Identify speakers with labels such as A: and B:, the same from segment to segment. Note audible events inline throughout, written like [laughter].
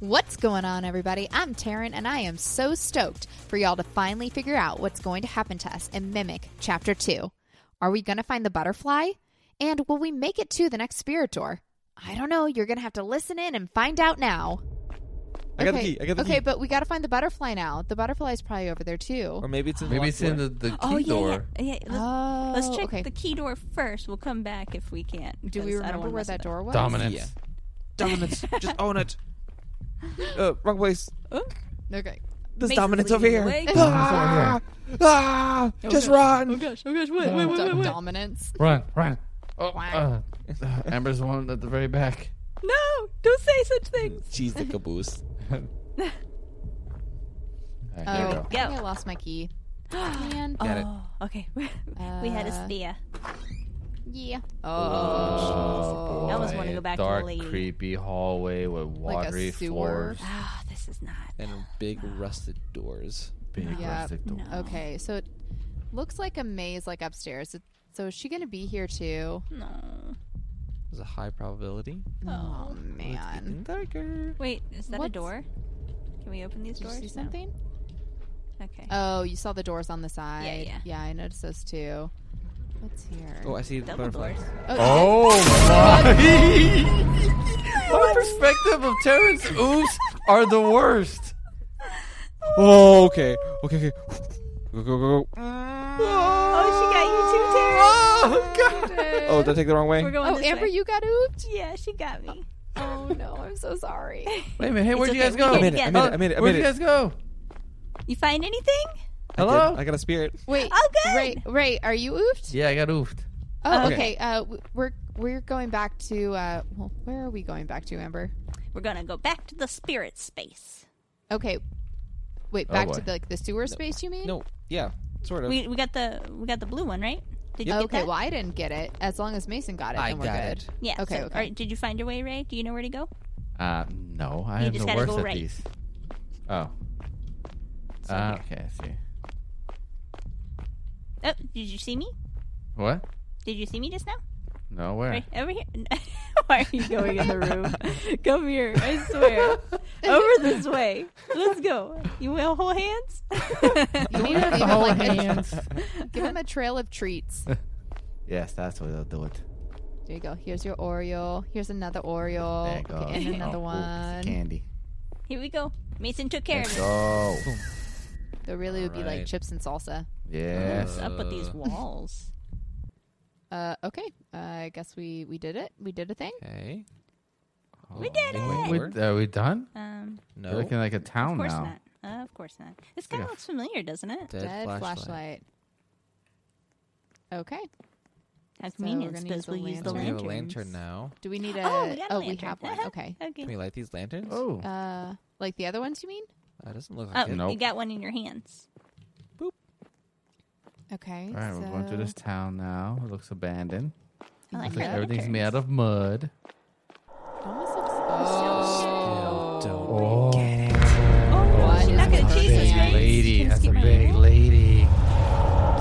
A: What's going on, everybody? I'm Taryn, and I am so stoked for y'all to finally figure out what's going to happen to us in Mimic Chapter 2. Are we going to find the butterfly? And will we make it to the next spirit door? I don't know. You're going to have to listen in and find out now.
B: I got the
A: okay.
B: key. I got the
A: okay,
B: key.
A: but we got to find the butterfly now. The butterfly's probably over there, too.
B: or maybe it's in
C: Maybe it's in the, the key
D: Oh yeah,
C: door.
D: yeah, yeah. Let's,
A: oh,
D: let's check
A: okay.
D: the key door first. We'll come back if we can.
A: Do we
D: because I don't
A: remember
D: wanna
A: where
D: mess
A: that
D: it up.
A: door was?
C: Dominance.
B: Yeah.
D: [laughs]
B: dominance. Just own it. Uh, wrong place.
D: Oh,
A: Okay.
B: There's
D: Mason's
B: dominance over
D: leading
B: here.
D: the way.
A: Oh,
B: Ah! [laughs] ah! Just run.
D: gosh! Oh gosh! Wait!
C: wait,
A: Do- dominance.
C: Run, run. Oh, uh, Amber's the one at the very back.
D: No! Don't say such
A: [gasps]
D: things. [gasps]
B: She's the caboose.
C: All right,
A: Oh,
C: Ah, here we
A: I
C: go.
A: think
D: Go.
A: I lost my key. Man.
B: Got it.
D: oh, okay. [laughs] we had a
A: Uh,
D: spear.
A: Yeah.
C: Oh,
D: I almost
C: boy.
D: wanna go back to the
C: Dark,
D: lady.
C: creepy hallway with
A: Like a
C: watery
A: sewer.
C: floors.
D: Ah, this is not.
B: And big rusted doors.
C: Big
A: Yeah.
C: rustic door.
D: No.
A: Okay, so it looks like a maze, like upstairs. It- So is she gonna be here too?
D: No.
B: There's a high probability.
A: Oh,
D: Oh.
B: It's
A: man,
B: getting darker.
D: Wait, is that
A: What's-
D: a door? Can we open these
A: did you
D: doors?
A: see
D: No.
A: something?
D: Okay.
A: Oh, you saw the doors on the side.
D: yeah.
A: I noticed those too. What's here?
B: Oh, I see the
D: Double
B: butterflies.
D: doors.
C: Oh
B: [laughs]
C: my! Our
D: [laughs]
C: perspective of Terrence oops are the worst.
B: Oh, okay. Okay, okay. Go, go, go, go.
D: Oh,
B: Oh, God. Oh, did I take the wrong way?
D: she got you too, Tara. We're going
A: Oh,
D: this
A: Amber,
D: way.
A: you got ooped.
D: Yeah, she got me.
A: [laughs] Oh no, I'm so sorry.
C: Wait a minute! Hey, where'd you
D: okay,
C: guys
D: we
C: go?
D: can
B: I made it, I made it, I made it, I
C: Where'd
B: made
C: you
B: it.
C: guys go?
D: You find anything?
B: I did.
C: Hello?
B: I got a spirit.
A: [laughs] Wait.
D: Oh, good.
A: Ray, Ray, are you ooped?
C: Yeah, I got oofed.
A: Oh,
B: Okay.
A: okay. Uh, w- we're we're going back to. Uh, well, where are we going back to, Amber?
D: We're gonna go back to the spirit space.
A: Okay. Wait,
C: Oh,
A: back to
C: boy.
A: the, like the sewer space. You mean?
B: No, yeah, sort of.
D: We we got the we got the blue one, right? Did you get
A: Okay.
D: that?
A: Well, I didn't get it. As long as Mason got it,
B: I
A: then we're
B: got
A: good.
B: it.
D: yeah.
A: okay,
D: so-
A: okay.
D: all right, did you find your way, Ray? Do you know where to go?
C: Uh, no, I
D: You
C: am
D: just
C: the
D: gotta
C: worst
D: go
C: at
D: right.
C: these. Oh. Uh, okay, I see.
D: Oh, did you see me?
C: What?
D: Did you see me just now?
C: No, where?
D: Right over here. [laughs] Why are you going in the room?
A: [laughs]
D: Come here, I swear. over this way. Let's go. You will hold hands? [laughs]
A: You
C: [laughs]
A: need to
C: have
A: give
C: to
A: him,
C: hold
A: like, a, [laughs]
C: hands.
A: give
D: [laughs]
A: him a trail of treats.
C: yes, that's what they'll do it.
A: There you go. Here's your Oreo. Here's another
C: There
A: Oreo.
C: it goes.
A: Okay, and another
C: Oh, ooh,
A: one.
C: it's Candy.
D: here we go. Mason took care
C: There
D: of it.
C: go.
A: There really would be like
B: Alright.
A: chips and salsa.
C: Yes.
D: What's up with these walls?
A: Uh, okay. Uh, I guess we we did it. We did a thing.
B: Okay. Oh,
D: We did it.
C: Wait, are we done?
D: Um,
B: No.
C: We're looking like a
D: of
C: town
D: course
C: now.
D: not. Uh, of course not. This kind of
C: Yeah.
D: looks familiar, doesn't it?
B: Dead,
A: Dead flashlight. Okay.
D: How
A: So
D: convenient.
A: we're gonna use
D: suppose
A: the
D: we'll use the
B: So we
D: lantern.
B: have a lantern now.
A: Do we need a?
D: Oh, we got a
A: oh,
D: lantern.
A: have one.
D: Uh-huh.
A: Okay.
D: Okay.
B: Can we light these lanterns?
C: Oh.
A: Uh, like the other ones, you mean?
B: That doesn't look
D: Oh,
B: like it.
C: Nope.
D: you got one in your hands.
A: Okay.
C: All right, we're going through this town now. It looks abandoned.
D: I like
C: Looks
D: her
C: like everything's
D: lanterns.
C: made out of mud.
A: Oh.
B: Still
C: Get
D: Oh, no,
A: One
D: she's
A: is
D: not going to
A: a
D: chase us,
A: big
D: right?
C: lady.
D: Can
C: That's a
D: skip my
C: big
D: roll.
C: lady.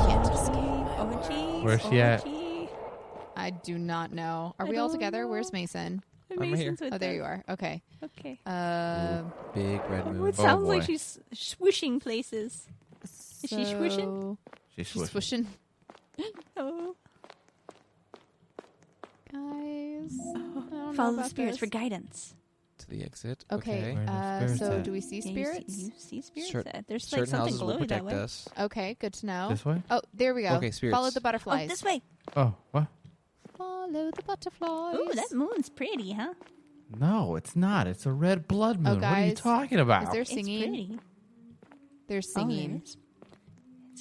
A: Can't
D: Oh, jeez.
C: Where's
D: oh,
C: she at?
D: gee.
A: I do not know. Are
D: I
A: we all
D: don't
A: together?
D: know.
A: Where's Mason?
B: I'm
D: And
B: right here.
D: Mason's with
A: Oh, there
D: us.
A: you are. Okay.
D: Okay.
A: Uh,
B: Big red
D: Oh,
B: moon.
D: it sounds like
C: boy.
D: she's swooshing places. Is she swishing?
A: so-
C: She's
A: She's
C: swishing.
A: swishing.
D: Oh,
A: Guys. I don't know
D: follow the
A: about
D: spirits
A: this.
D: for guidance.
B: To the exit.
A: Okay.
B: Okay.
C: Where are the
A: Uh,
C: spirits
A: so,
C: at?
A: do we see
D: Yeah, you see-
A: spirits?
D: You see, spirits.
B: Cer-
D: at. There's like
B: Certain
D: something
B: houses will
D: glowy that
B: protect
D: way.
B: us.
A: Okay. Good to know.
C: This way?
A: Oh, there we go.
B: Okay,
A: Follow
B: spirits.
A: the
D: Oh,
A: butterflies.
D: this way.
C: Oh, what?
A: Follow the butterflies.
D: Ooh, that moon's pretty, huh?
C: No, it's not. It's a red blood moon. what are you
A: Oh, guys,
C: talking about?
A: is there
D: It's
A: singing?
D: pretty.
A: They're
D: Oh,
A: singing.
D: it is.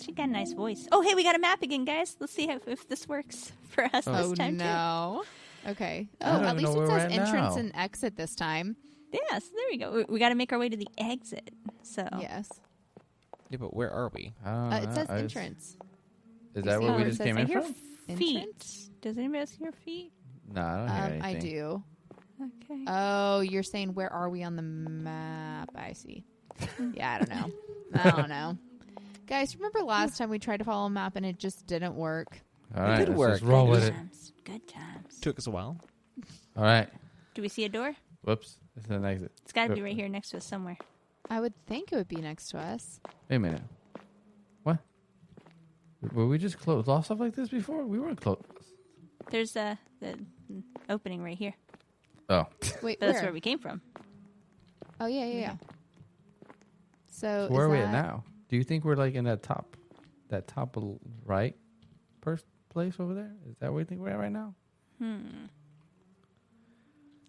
D: She got a nice voice. Oh, hey, we got a map again, guys. Let's see if, if this works [laughs] for us
A: Oh,
D: this time
A: no. Okay.
C: I
A: Oh, at
C: don't even
A: least
C: know
A: it
C: where we're
A: says
C: at
A: entrance
C: now.
A: and exit this time.
D: too. Yeah, so there we go. We, we got to make our way to the exit. So
A: Yes.
B: Yeah, but where are we?
C: I don't
A: Uh, it
C: know.
A: says
C: I was-
A: entrance.
C: Is
A: You
C: that
A: see
D: Oh,
C: where
A: where
C: we
A: it
C: just
A: says
C: came
D: I
C: in
D: hear
C: from?
D: feet.
A: Entrance?
D: Does anybody else hear feet?
C: No, I don't hear
A: Um, I
C: anything.
A: do.
D: Okay.
A: Oh, you're saying where are we on the map? I see. Yeah, I don't know. I don't know. Guys, remember last time we tried to follow a map and it just didn't work?
C: All right,
B: did
C: let's
B: work.
C: just roll
D: Good
C: with it.
D: times. Good times.
B: Took us a while.
C: All right.
D: Do we see a door?
C: Whoops. It's an exit.
D: It's got to be right here next to us somewhere.
A: I would think it would be next to us.
C: Wait a minute. What? Were we just closed off stuff like this before? We weren't closed.
D: There's uh, the mm, opening right here.
C: Oh.
A: Wait,
D: That's
A: where?
D: where we came from.
A: Oh yeah, yeah, yeah. So,
C: Where
A: is
C: are we at
A: that-
C: now? Do you think we're like in that top, that top l- right, first place over there? Is that where you think we're at right now?
D: Hmm.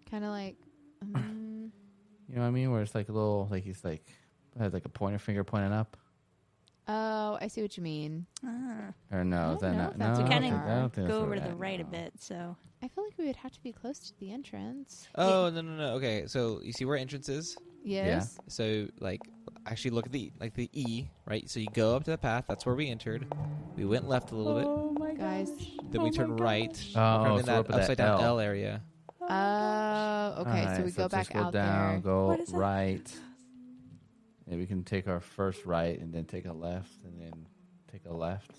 A: Kind of like, mm,
C: You know what I mean? Where it's like a little, like he's like, has like a pointer finger pointing up.
A: oh, I see what you mean.
D: Ah,
C: Or no, is
A: I don't
C: that
A: know
C: not?
A: if
C: No,
A: that's
C: I
D: what
C: don't
D: we
C: think-
A: are.
C: I don't think that's
D: go
C: where
D: over to
C: we're
D: the
C: at,
D: right a
C: no.
D: bit. So
A: I feel like we would have to be close to the entrance.
B: Oh no no no. Okay, so you see where entrance is.
A: Yes.
B: So like, actually look at the like the E right. So you go up to the path. That's where we entered. We went left a little
D: Oh my
A: Guys.
B: bit. Then we turned right.
C: Oh,
B: We're
C: so
B: in
C: we're
B: that
C: up at that
B: upside down L
C: L.
B: area.
A: Oh,
D: Uh,
A: okay. so
C: Alright,
A: we go
C: let's
A: back
C: just go
A: out
C: down,
A: there.
C: Go
D: What is that?
C: right. And we can take our first right and then take a left and then take a left.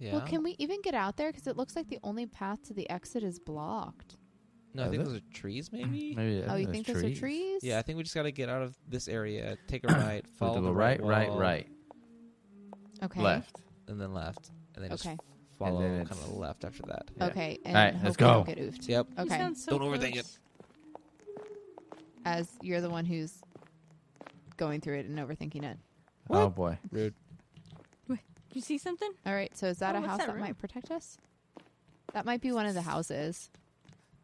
B: Yeah.
A: Well, can we even get out there? Because it looks like the only path to the exit is blocked.
B: no, I
C: Is
B: think
C: it?
B: those are trees. Maybe.
C: Maybe
A: oh, you think those are trees?
B: Yeah, I think we just got to get out of this area, take a right,
C: So [coughs] we have
B: follow
C: to
B: the
C: go right, right,
B: wall,
C: right,
A: Okay.
C: left.
B: and then left, and then
A: Okay.
B: just follow
C: then
B: kind
C: it's-
B: of left after that.
C: Yeah.
A: Okay. And
C: Alright, let's
A: hope we don't
C: go.
A: Get oofed.
B: Yep.
D: You
A: Okay.
D: sound so
B: Don't overthink
D: close.
A: As you're the one who's going through it and overthinking it.
C: Oh
B: What?
C: boy.
B: Rude.
D: Did you see something?
A: All right. So is that
D: Oh,
A: a
D: what's
A: house
D: that
A: that
D: room?
A: might protect us? That might be one of the houses.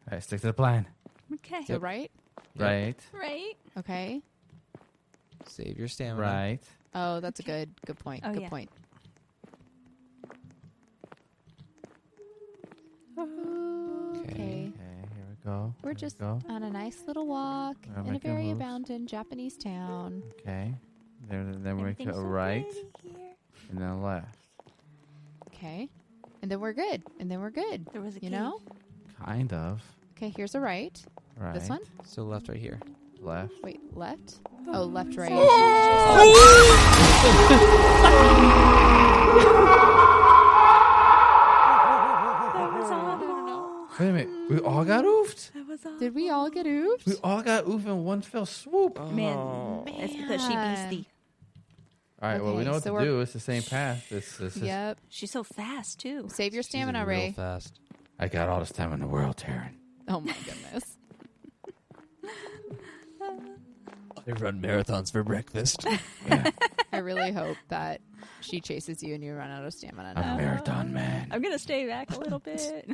C: All right, stick to the plan.
D: Okay.
A: So right?
B: Yeah.
C: Right,
D: Right.
A: Okay.
B: Save your stamina.
C: right.
A: Oh, that's a good good point.
D: Oh,
A: good
D: yeah.
A: point. Okay.
C: Okay, here we go.
A: We're
C: here we
A: just-
C: go.
A: On a nice little walk
C: We're
A: in a
C: making
A: very
C: moves.
A: abandoned Japanese town.
C: Okay. Then, then we make a
D: Everything's so
C: right
D: pretty here.
C: and then a left.
A: Okay. And then we're good. And then we're good.
D: There was a
A: You
D: cave.
A: know?
C: Kind of.
A: Okay, here's a right.
C: Right.
A: This one?
B: So left, right here.
C: Left.
A: Wait, left? Oh, left, right.
D: That was awful.
C: Wait a minute. We all got oofed?
D: That was awful.
A: Did we all get
C: [laughs]
A: oofed?
C: We all got oofed in one fell swoop.
D: Man, that's because she
A: Man.
D: beastie.
C: All right. well, we
A: Okay,
C: know what
A: so
C: to
A: we're-
C: do. It's the same path. It's, it's just,
A: Yep.
D: She's so fast too.
A: Save your stamina, Ray.
B: fast.
C: I got all this time in the world, Taryn.
A: Oh my goodness.
B: They run marathons
A: [laughs]
B: for breakfast.
A: I really hope that she chases you and you run out of stamina. [laughs]
C: I'm a marathon man.
D: I'm gonna stay back a little bit.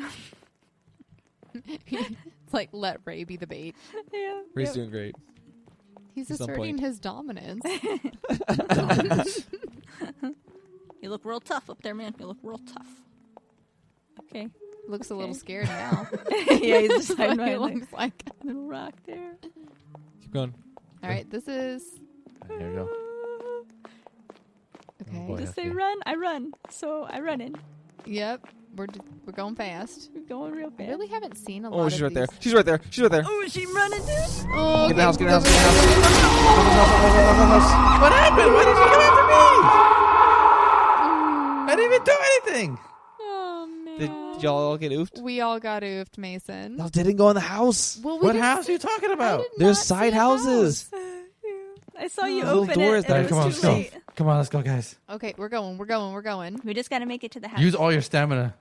D: [laughs]
A: it's like let Ray be the bait.
D: yeah.
B: Ray's doing great.
A: He's
B: At some
A: asserting
B: point.
A: his
D: [laughs]
A: dominance. [laughs]
D: You look real tough up there, man. You look real tough. Okay.
A: Looks a little
D: Okay.
A: scared now.
D: yeah, he's [laughs]
A: [laughs]
D: just hiding
A: he
D: behind the
A: looks like.
D: little rock there.
B: Keep going.
A: All right, this is
C: There you go.
D: [laughs]
B: Oh,
A: okay.
C: boy.
D: Just
C: Okay.
D: say run. I run. So I run in.
A: Yep, we're d- we're going fast.
D: We're going real fast.
A: I really haven't seen a lot.
B: Oh, she's
A: of
B: right there.
A: these-
B: She's right there. She's right there.
D: Oh, is she running, dude?
A: Oh,
B: Get in the house. Get in the house. Get in
A: okay.
B: the house.
C: What happened? Why did you come after me?
A: Mm.
C: I didn't even do anything.
A: Oh
B: Did
A: man,
B: y'all all get oofed?
A: we all got oofed, Mason.
B: Y'all didn't go in the house.
A: Well, we
C: What
A: didn't
C: house
A: see-
C: are you talking
A: I
C: about?
A: did not
B: There's
A: see
B: side
A: a house.
B: houses.
D: I saw you
B: Little
D: open
B: doors
D: it.
B: there.
C: Alright,
D: and it
B: Alright,
C: come on,
D: was
C: let's
D: too
C: go.
D: late.
C: Come on, let's go, guys.
A: Okay, we're going. We're going. We're
D: [laughs]
A: going.
D: We just gotta make it to the house.
C: Use all your stamina.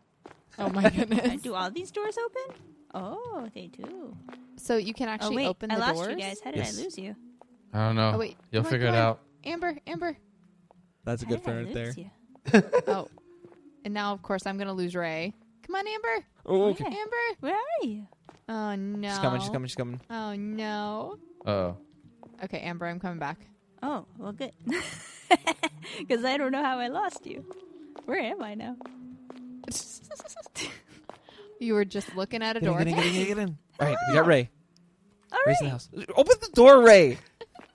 A: Oh my
D: Uh,
A: goodness.
D: Do all these doors open? Oh, they do.
A: [laughs] So you can
D: Oh
A: actually
D: wait,
A: open the
D: I lost
A: doors.
D: you guys. How did
C: Yes.
D: I lose you?
C: I don't know.
A: Oh, wait.
C: You'll
A: Come on,
C: figure
A: come
C: it
A: on.
C: out.
A: Amber, Amber.
B: [laughs] That's a
D: How
B: good
D: did I
B: friend right there.
D: lose you?
A: oh, and now of course I'm gonna lose Ray. Come on, Amber.
B: Oh, okay.
D: Yeah.
A: Amber.
D: Where are you?
A: Oh no.
B: She's coming. She's coming. She's coming.
A: Oh no.
C: Oh,
A: Okay, Amber, I'm coming back.
D: Oh, well, [laughs] good. Because I don't know how I lost you. Where am I now?
A: [laughs] You were just looking at a
B: Get in,
A: door.
B: get in, get in, get in, get in. All right, we got Ray.
D: All
B: Ray's in the
D: right.
B: house. Open the door, Ray.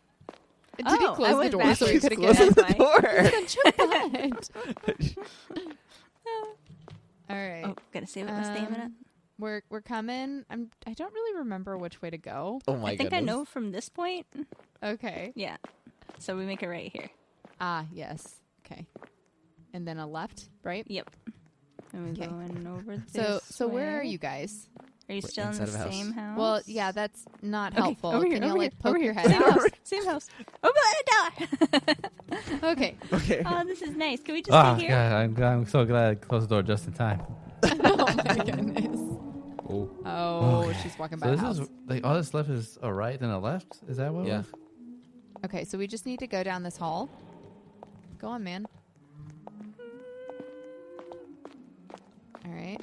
A: [laughs] Did
D: Oh,
A: he
D: I
A: close the [laughs]
D: went
A: door so we could
D: backwards. Close
A: get in?
D: [laughs] the
B: door.
A: [laughs] All right,
D: Oh, gotta save up my
A: Um,
D: stamina.
A: we're we're coming. I'm. I don't really remember which way to go.
B: Oh my
D: I think
B: goodness.
D: I know from this point.
A: Okay.
D: Yeah. So we make it right here.
A: Ah, yes. Okay. And then a left, right?
D: Yep. And we're
A: Okay.
D: going over this
A: So so where are
D: way.
A: you guys?
D: Are you
B: We're
D: still in the
B: inside of a house.
D: same house?
A: Well, yeah, that's not
D: Okay,
A: helpful.
D: over here,
A: Can you
D: over
A: like
D: here,
A: poke
D: over
A: your
D: here.
A: head
D: Same
A: out?
D: house. Same house. Oh, Open the door.
A: okay. [laughs]
B: Okay.
D: [laughs] oh, this is nice. Can we just
C: Ah,
D: sit here?
C: God, I'm, glad, I'm so glad I closed the door just in time.
A: oh my goodness.
C: Oh,
A: Oh,
C: Okay.
A: she's walking by
C: so
A: the
C: this
A: house.
C: is like all that's left is a right and a left. Is that what? it
B: Yeah.
C: was?
A: Okay, so we just need to go down this hall. Go on, man. All right.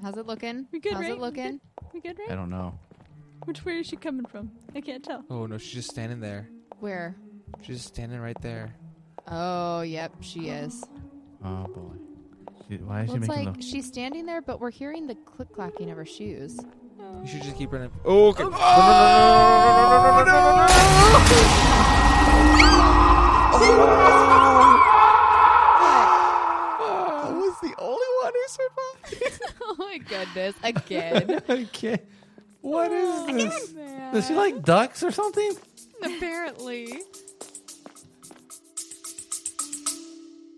A: How's it looking?
D: We good,
A: How's
D: right?
A: it
D: We
A: looking?
D: We good,
C: I
D: right?
C: don't know.
D: Which way is she coming from? I can't tell.
B: Oh no, she's just standing there.
A: Where?
B: She's just standing right there.
A: Oh, yep, she is.
C: Oh boy, She- why is
A: Well,
C: she
A: it's
C: making
A: like she's standing there, but we're hearing the click clacking of her shoes.
B: You should just keep running. Oh, okay. I was the only one who
A: [laughs] oh my goodness! Again,
C: the? [laughs] okay, what is this?
A: Oh, man.
C: Does she like ducks or something?
A: [laughs] apparently.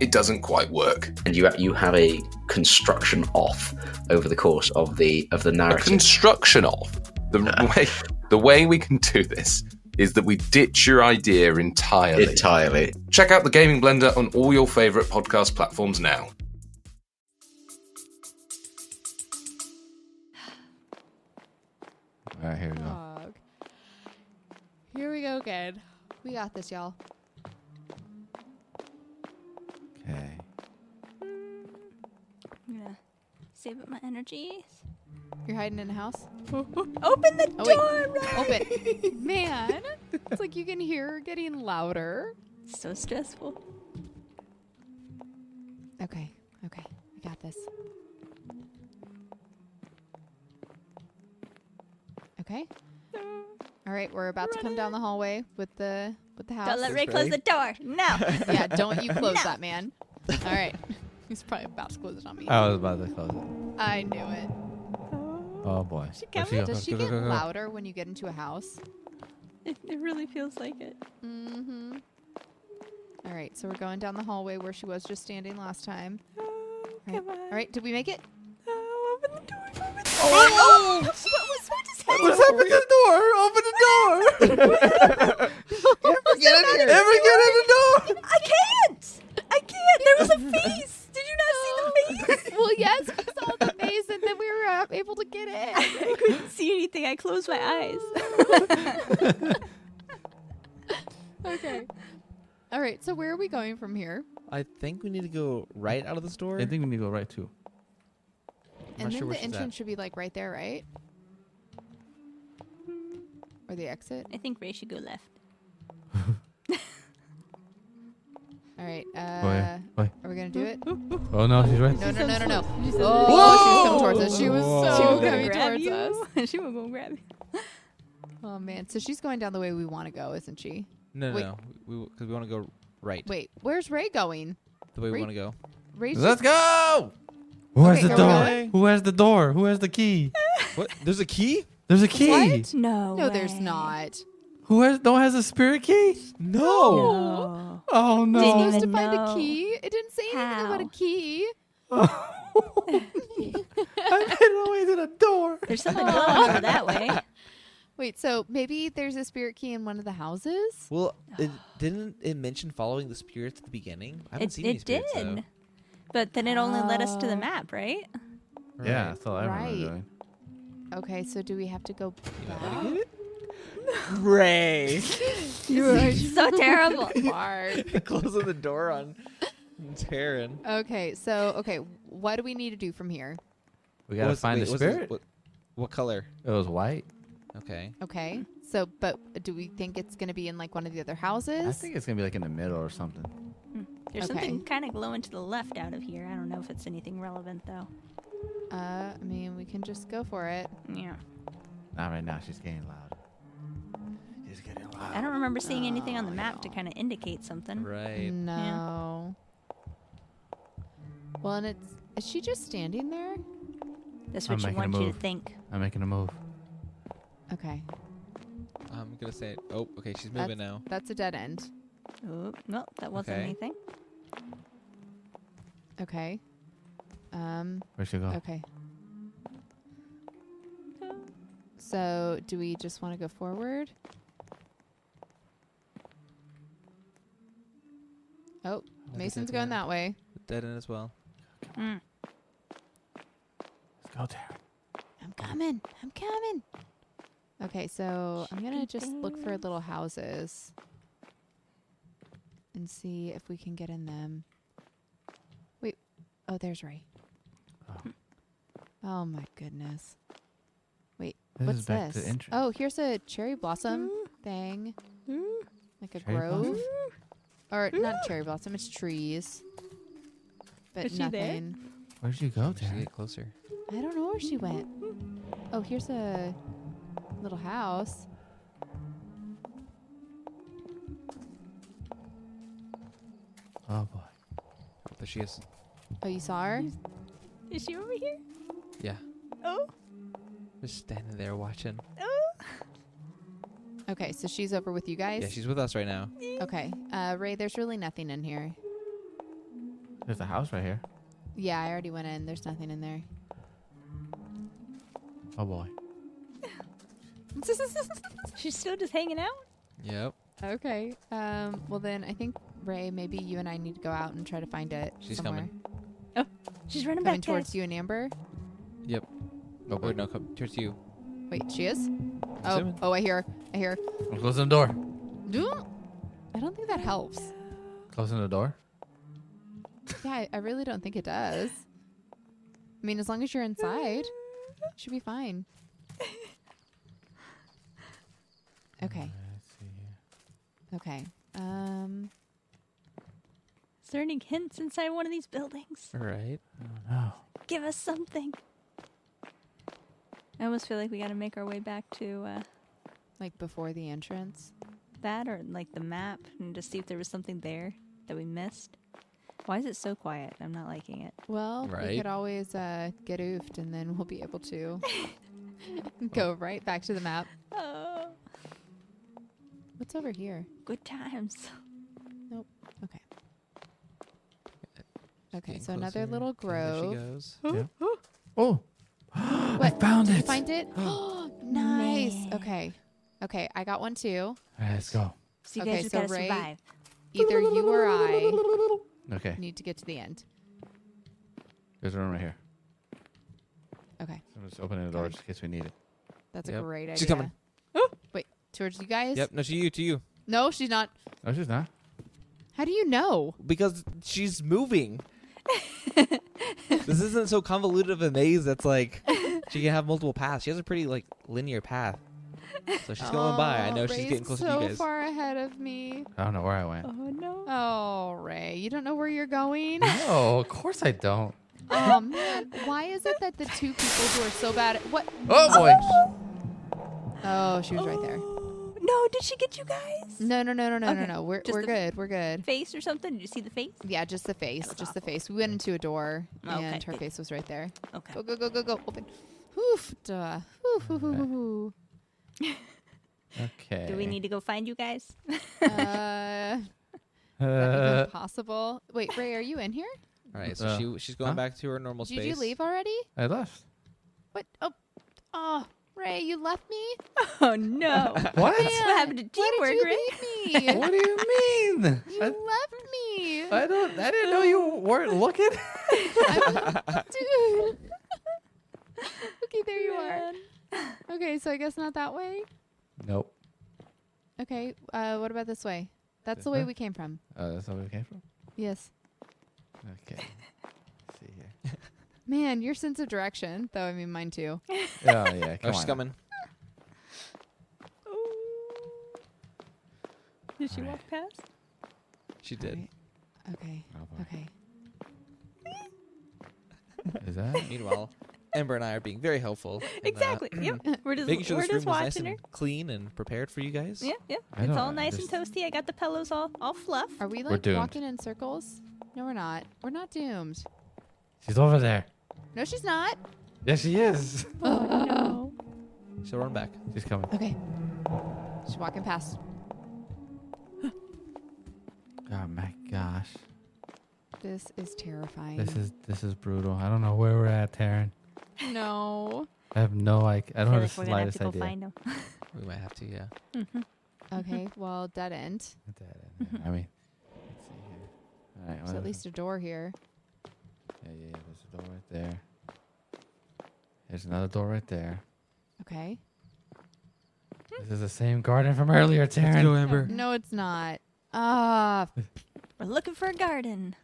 E: it doesn't quite work.
F: And you you have a construction off over the course of the of the
E: A
F: narrative.
E: construction of the way the way we can do this is that we ditch your idea entirely.
F: Entirely.
E: Check out the Gaming Blender on all your favorite podcast platforms now.
C: All right, here we go.
A: Dog. Here we go again. We got this, y'all.
C: Okay.
D: I'm gonna save up my energies.
A: You're hiding in a house.
D: Open the
A: Oh, wait.
D: door, Ryan!
A: [laughs] Open, man. It's like you can hear her getting louder.
D: So stressful.
A: Okay, okay, I got this. Okay. All right, we're about to come down the hallway with the with the house.
D: Don't let Ray close the door.
A: [laughs]
D: No.
A: yeah, don't
D: [laughs]
A: you close that, man. All right. [laughs] He's probably about to close it on me.
C: I was about to close it.
A: I knew it.
C: Oh boy,
D: She
C: Where'd
D: coming?
C: go?
A: Does she get louder when you get into a house?
D: it,
A: Oh.
D: it really feels like it.
A: Mm-hmm. All right, so we're going down the hallway where she was just standing last time.
D: Oh,
A: All right,
D: come on.
A: All right did we make it?
D: Oh, open the door. Open the door. [laughs] Oh! What, was what just happened?
C: What's happened to the door? Open the door!
A: Get in here!
C: Ever get in the door?
D: I can't. I can't. There was a face.
A: Oh.
D: Did you not see the face?
A: well, yes, we saw the face, and then we were uh, able to get in.
D: [laughs] I couldn't see anything. I closed my eyes.
A: [laughs] Okay. All right, so where are we going from here?
B: I think we need to go right out of this door.
C: I think we need to go right too.
A: And
B: not
A: then
B: sure where
A: the
B: she's at.
A: entrance should be like right there, right? Or the exit.
D: I think Ray should go left.
A: All right. Uh,
C: Oh, yeah. Wait.
A: Are we gonna do it?
C: Oh no, she's right.
A: No, no, no, no, no.
D: She's so
A: Oh, she was coming towards us. She was
C: Whoa.
A: so
C: She was
A: coming Oh, towards us.
D: [laughs] she was gonna grab you.
A: Oh man, so she's going down the way we want to go, isn't she?
B: no, no,
A: Wait.
B: no. We because we want to go right.
A: Wait, where's Ray going?
B: The way we
A: Right.
B: want to go.
A: Ray's
C: Let's
A: just,
C: go! Who has
A: Okay,
C: the
A: here we
C: door?
A: go.
C: Who has the door? Who has the key?
B: What? There's a key?
C: There's a key.
A: What?
D: No.
A: no, there's not.
C: Who has? No one has a spirit key.
B: No.
D: Oh.
C: Oh no!
D: Didn't
A: Supposed to
D: even
A: find a
D: know.
A: key. It didn't say anything about a
D: How?
A: key.
C: [laughs] I'm heading away to the door.
D: There's something going over that way.
B: [laughs]
A: Wait, so maybe there's a spirit key in one of the houses?
B: Well, it, didn't it mention following the spirits at the beginning? I haven't
D: It,
B: seen any
D: it did.
B: spirits, though.
D: But then it only led us to
A: Oh.
D: the map, right?
C: Yeah,
B: Right.
C: that's all I remember
A: Right.
C: doing.
A: Okay, so do we have to go back?
B: Ray
D: [laughs]
A: You're
D: so
A: [laughs]
D: terrible.
B: [laughs] closing the door on Taryn.
A: Okay, so okay, what do we need to do from here?
C: We gotta
B: was-
C: find
B: wait,
C: the
B: what's this-
C: spirit.
B: What, what color?
C: It was white.
B: Okay.
A: Okay, so but do we think it's going to be in like one of the other houses?
C: I think it's gonna be like in the middle or something.
D: There's
A: Okay.
D: something kind of glowing to the left out of here. I don't know if it's anything relevant though.
A: uh, I mean, we can just go for it.
D: Yeah.
C: Not right now. She's getting loud.
B: He's getting
D: I don't remember seeing anything on the map to kind of indicate something.
B: Right.
A: No. Well, and it's is she just standing there?
D: That's
C: I'm
D: what you
C: making a
D: want you to
C: move.
D: think.
C: I'm making a move.
A: Okay,
B: I'm gonna say. Oh, okay. She's moving now.
A: that's a dead end.
D: Oh, no, that wasn't
B: Okay.
D: anything.
A: Okay. Um.
C: Where'd she go?
A: Okay. So, do we just want to go forward? Oh,
B: Another
A: Mason's
B: dead
A: going
B: end.
A: that way.
B: Dead end as well.
D: Mm.
C: Let's go there.
A: I'm coming. I'm coming. Okay, so I'm gonna just look for little houses and see if we can get in them. Wait. Oh, there's Ray.
C: Oh.
A: Oh my goodness. Wait,
C: This
A: what's
C: is back to
A: this?
C: the entrance.
A: oh, here's a cherry blossom thing,
D: Hmm?
A: like a
C: Cherry
A: grove,
C: blossom?
A: or
B: Mm-hmm.
A: not cherry blossom. It's trees, but
D: Is she there?
A: nothing.
C: Where'd you go,
B: We should
C: Taryn?
B: get closer.
A: I don't know where she went. Oh, here's a little house.
C: Oh boy.
B: Oh, there she is.
A: Oh, you saw her?
D: Is she over here?
B: Yeah.
D: Oh,
B: Just standing there watching.
D: oh. [laughs]
A: Okay, so she's over with you guys.
B: Yeah, she's with us right now.
A: okay, uh, Ray, there's really nothing in here.
C: There's a house right here.
A: Yeah, I already went in. There's nothing in there.
C: Oh boy.
D: She's still just hanging out?
B: Yep.
A: okay. Um, well then, I think Ray, maybe you and I need to go out and try to find it.
B: She's
A: somewhere.
B: coming.
D: She's running
A: Coming
D: back towards
A: towards you and Amber.
B: Yep. Oh, wait, no, come towards you.
A: Wait, she is. Oh,
B: Zooming.
A: oh, I hear. her. I hear. her.
C: I'm closing the door.
A: Doom. I don't think that helps.
C: Closing the door.
A: Yeah, I, I really don't think it does. I mean, as long as you're inside, you should be fine. Okay.
C: Let's see here.
A: Okay. Um.
D: Is there any hints inside one of these buildings?
B: All right.
C: Oh no.
D: Give us something. I almost feel like we gotta make our way back to uh,
A: Like before the entrance?
D: that or like the map and just see if there was something there that we missed. Why is it so quiet? I'm not liking it.
A: Well, we
B: Right.
A: could always uh, get oofed and then we'll be able
B: [laughs]
A: to go right back to the map.
D: Oh,
A: What's over here?
D: good times.
A: Okay. Okay,
B: Getting
A: so another
B: closer.
A: little
B: Down There she
A: grove.
B: goes.
C: Oh.
A: What?
C: I found
A: Did
C: it.
A: you find it? [gasps] nice. Okay. Okay, I got one too.
C: All right, let's go.
D: So you
A: Okay,
D: guys just
A: so
D: gotta
A: Ray-
D: survive.
A: Either you or I
C: Okay.
A: need to get to the end.
C: There's a room right here.
A: Okay,
C: So I'm just opening the door just in case we need it.
A: that's a
B: Yep.
A: great idea.
B: She's coming.
A: Wait, towards you guys?
B: Yep. No, to you, to you.
A: No, she's not.
C: No, Oh, she's not.
A: How do you know?
B: Because
A: [laughs]
B: she's moving. this isn't so convoluted of a maze that's like she can have multiple paths. She has a pretty like linear path. So she's going by. I
A: Oh,
B: know she's
A: Ray's
B: getting closer
A: so
B: to you guys.
A: far ahead of me.
C: I don't know where I
D: [laughs]
C: went.
D: Oh no.
A: Oh, Ray, you don't know where you're going? [laughs]
C: No, of course I don't.
A: oh, man. Why is it that the two people who are so bad at what?
C: Oh
D: [laughs]
C: boy.
A: Oh, she was right
D: [gasps]
A: there.
D: No, did she get you guys?
A: No, no, no, no, no, no,
D: Okay,
A: no. We're,
D: just
A: we're
D: the-
A: good. We're good.
D: Face or something? Did you see the face?
A: Yeah, just the face.
D: was
A: Just the face. We went into a door
D: Oh, Okay.
A: and her face was right there.
D: Okay.
A: Go, go, go, go, go. Open. Oof. Duh. Oof, oof, oof, oof,
C: [laughs]
A: oof.
C: Okay.
D: Do we need to go find you guys? [laughs]
A: Uh,
C: Uh,
A: impossible. Wait, Ray, are you in here?
B: All right. So
C: Uh,
B: she she's going
C: huh?
B: back to her normal space.
A: Did you leave already?
C: I
D: [laughs]
C: left.
A: What? Oh, oh, Ray, you left me.
D: Oh no.
C: What?
D: That's what happened to
A: Why
D: teamwork,
A: did
D: right?
A: you leave me?
C: [laughs] What do you
D: [laughs]
C: mean?
A: you
C: I,
A: left me,
C: I don't. I didn't know you weren't looking.
A: dude.
C: [laughs]
A: [laughs] okay, there you are. Okay, so I guess not that way.
C: nope.
A: Okay, uh, what about this way? That's the way we came from.
C: Uh, that's not where we came from.
A: Yes.
C: Okay. Let's see [laughs] here. Oh,
A: Man, your sense of direction, though. I mean, mine too.
C: Oh yeah.
B: Oh,
C: Come
B: she's
C: on.
B: coming.
D: Did she walk past?
B: She did.
A: Okay.
C: Oh, boy.
A: Okay.
C: Is that?
B: Meanwhile, Ember and I are being very helpful. in that.
D: Exactly. Yep. We're just
B: Making sure
D: we're
B: this room
D: just
B: was nice
D: watching
B: and clean and prepared for you guys.
D: her. Yeah, yeah.
C: I
D: it's
C: don't-
D: all nice and
C: there's-
D: toasty. I got the pillows all all fluff.
A: Are we
C: We're
A: like
C: doomed.
A: walking in circles? No, we're not. We're not doomed.
C: She's over there.
A: No, she's [laughs] not.
C: Yes, she is.
A: Oh,
D: No.
B: So run back.
C: She's coming.
A: Okay. She's walking past.
C: Oh my gosh,
A: This is terrifying.
C: this is this is brutal. I don't know where we're at, Taryn.
A: no.
C: I have no like. I don't
A: Oh,
C: have the
D: we're gonna have
C: slightest
D: to go
C: idea.
D: find them.
B: We might have to, yeah.
A: Okay. Well, dead
C: [laughs]
A: end.
C: Put that in there. I mean, let's see here. All right.
A: There's
C: what
A: at
C: is
A: least a door here.
C: it? yeah, yeah, yeah. There's a door right there. There's another door right there.
A: Okay.
D: Hmm.
C: This is the same garden from earlier, Taryn.
B: Ember.
A: No, it's not. Ah.
D: We're looking for a garden.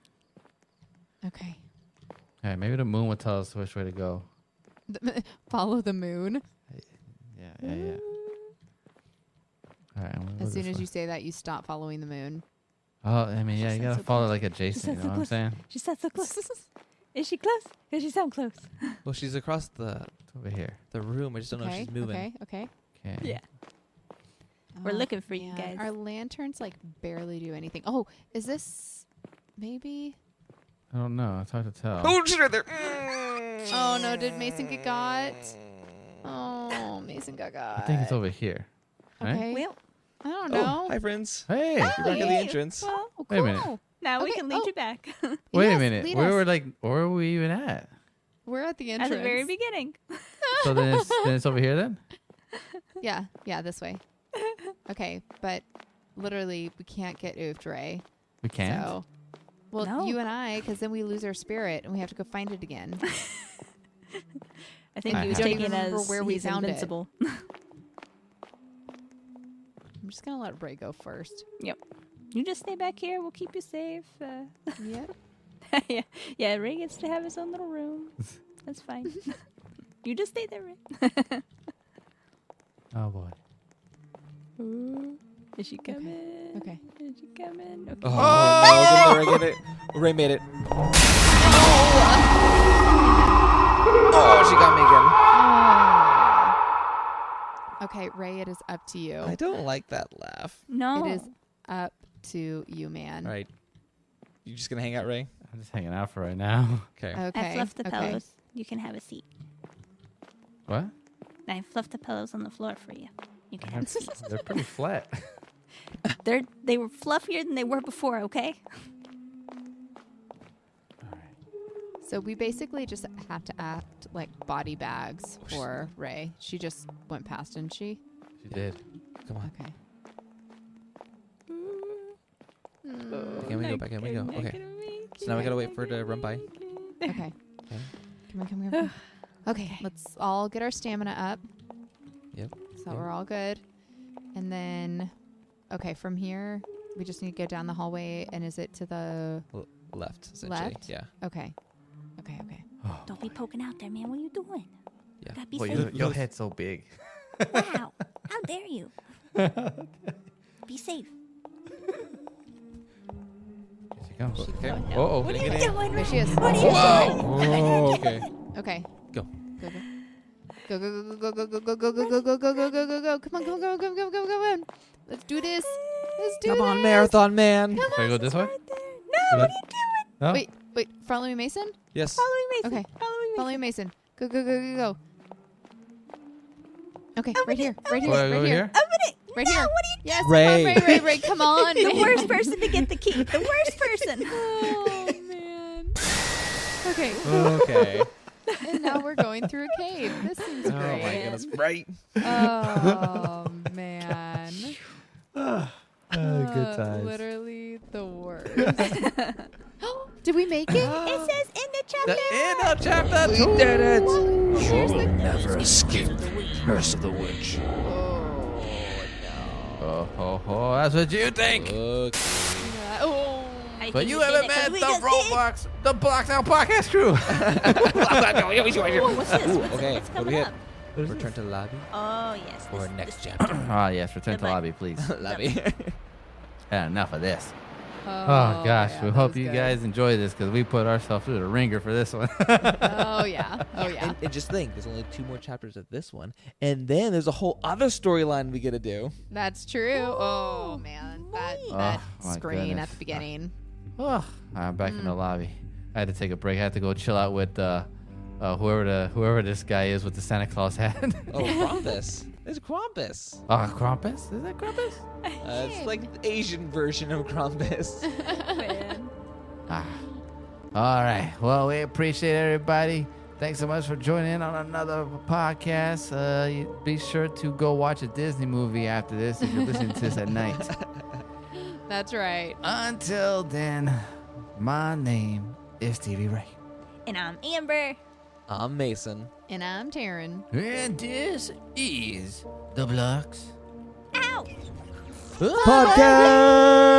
A: okay.
C: All right, maybe the moon will tell us which way to go.
A: Follow the moon.
C: Yeah, yeah, yeah. All right, I'm gonna go
A: As soon
C: this
A: as
C: way.
A: you say that, you stop following the moon.
C: Oh, I mean, yeah, you
D: She sounds
C: gotta
D: so
C: follow
D: close.
C: like adjacent. You
D: sounds
C: know
D: so
C: what I'm
D: close.
C: saying?
D: She sounds so close. [laughs] Is she close? Cause she sound close.
B: Well, she's across the
C: It's over here.
B: the room. I just don't know
A: okay.
B: if she's moving.
A: Okay. Okay.
C: Okay.
D: Yeah. We're looking for you guys.
A: Oh, Our lanterns like barely do anything. Oh, is this maybe?
C: I don't know. It's hard to tell.
B: she's right there.
A: Oh no! Did Mason get got? Oh, Mason got got.
C: I think it's over here. right?
A: Okay.
D: Well,
A: I don't know.
B: Oh, hi friends.
C: Hey,
B: You're back at the
D: Hey.
B: entrance.
D: well,
A: Oh,
C: Wait a minute.
A: cool.
D: now we
A: Okay,
D: can lead
A: oh.
D: you back [laughs] at
C: wait
A: Yes,
C: a minute.
A: lead
C: Where
A: us.
C: were like, where were we even at?
A: We're at the entrance.
D: the very beginning.
C: So then it's, then it's over here then.
A: Yeah, yeah, this
D: [laughs]
A: way. Okay, but literally, we can't get oofed, Ray.
C: We can't.
A: So, well,
D: No.
A: you and I, because then we lose our spirit and we have to go find it
D: [laughs]
A: again.
D: I think
C: I
D: he was
C: don't
A: even
D: taking it
A: remember
D: as
A: where we
D: he's
A: found it.
D: invincible.
A: I'm just gonna let Ray go first.
D: You just stay back here. We'll keep you safe. Uh,
A: Yep.
D: yeah, yeah. Ray gets to have his own little
A: [laughs]
D: room. That's fine. [laughs] you just stay there, Ray.
C: Oh boy.
D: Is she coming?
A: Okay.
D: Is she coming? Okay.
B: Oh, no, didn't Ray get it? Ray made it. Oh, she got me again.
A: Okay, Ray, it is up to you.
B: I don't like that laugh.
D: No.
A: It is
D: Oh.
A: up to you, man.
B: All right. You just going to hang out, Ray?
C: I'm just hanging out for right now.
B: Okay.
A: Okay.
D: I fluffed the
A: okay.
D: pillows. You can have a seat.
C: [laughs] What?
D: I fluffed the pillows on the floor for you. You can have a seat.
C: [laughs] They're pretty [laughs] flat.
D: They're they were fluffier than they were before. Okay.
A: So we basically just have to act like body bags for Ray. She just went past, didn't she?
C: she did.
B: Come on.
A: Okay.
D: Mm.
B: Okay, we go back in. We go. Okay. So now we got to wait for it to run by.
A: Okay. Come here, come here. Come
D: [sighs]
A: here. okay, let's all get our stamina up.
B: Yep.
A: So that we're all good. And then, okay, from here, we just need to go down the hallway. And is it to the.
B: L- left, essentially.
A: Left?
B: Yeah.
A: Okay. Okay, okay.
C: Oh.
D: Don't be poking out there, man. What are you doing?
B: Yeah.
D: Gotta be
C: Boy,
D: safe.
C: your, your head's so big.
D: Wow. How dare [laughs] you? be safe.
C: Here she comes.
B: Okay.
C: Oh,
D: What
C: okay.
D: are you
B: get in.
D: doing?
A: There she
D: Ray?
A: is.
D: What are you doing?
C: Oh, okay.
A: Okay.
B: Go.
A: Go, go. Go go go go go go go go go go go go go go go go! Come on, come on, come on, come on, come on, come on! Let's do this! Let's do
B: Come
A: this!
B: on, Marathon Man.
C: Should I go this way?
D: No. What are you doing?
C: No.
A: Wait, wait, follow me, Mason.
B: Yes.
D: Following Mason.
A: Okay.
D: Following Mason.
A: Follow me, Mason. Go go go go go. Okay, right here, right here,
C: Should I
A: right
C: go
A: here,
C: here?
D: Open it.
A: right
D: no,
A: here.
D: What are you
A: Yes,
B: Ray.
A: come on, Ray, Ray, Ray,
D: [laughs]
A: come on!
D: The
A: [laughs]
D: worst person to get the key. The
B: [laughs]
D: worst person.
A: Oh man. Okay,
C: [laughs]
B: Okay.
A: and now we're going through a cave. This seems
C: my
B: Oh my
A: great.
B: goodness. Right.
A: Oh
B: [laughs]
A: man. Uh,
C: Oh, good times.
A: Literally the [laughs] worst. [gasps] Did we make [gasps] it?
D: It says in the
B: The
D: chapter.
B: end of chapter two. We did it.
A: Here's the
F: Never escape the curse of the witch.
C: Oh, oh, oh, that's what you think.
A: Oh.
D: I
C: But
D: think
C: you
D: we did
C: haven't
D: it 'cause
C: met
D: we
C: the
D: just did.
C: Roblox, the Blocks Out Podcast crew. [laughs]
D: Oh, what's this? What's,
B: okay.
D: what's
B: What do
D: coming
B: we
D: up?
B: get? Return to the lobby
D: Oh yes.
B: or
D: this-
B: next
D: this-
B: chapter?
C: Ah, yes, return to
D: Goodbye.
C: lobby, please.
B: lobby.
C: Enough of this. Oh, gosh,
A: yeah,
C: we
A: that
C: hope
A: was
C: you
A: good.
C: guys enjoy this because we put ourselves through the ringer for this one.
A: [laughs]
C: [laughs]
A: Oh yeah. Oh yeah.
B: [laughs] And, and just think, there's only two more chapters of this one, and then there's a whole other storyline we gotta do.
A: That's true. oh man, that,
D: wait.
A: that
C: Oh, my
A: screen at
C: goodness.
A: the beginning.
C: Ugh, I'm Ah, back in the lobby. I had to take a break. I had to go chill out with uh, uh, whoever the whoever this guy is with the Santa Claus hat. [laughs]
B: Oh, [laughs] Krampus. There's Krampus.
C: Ah, Krampus? Is that Krampus?
B: Uh, it's like the Asian version of Krampus.
D: Man.
C: Ah. All right. Well, we appreciate everybody. Thanks so much for joining in on another podcast. Uh, you- be sure to go watch a Disney movie after this if you're listening to this at night. [laughs]
A: That's right.
C: Until then, my name is Stevie Ray.
D: And I'm um, Amber.
B: I'm Mason.
A: And I'm Taryn.
C: And this is The Blocks
D: Ow!
B: Podcast!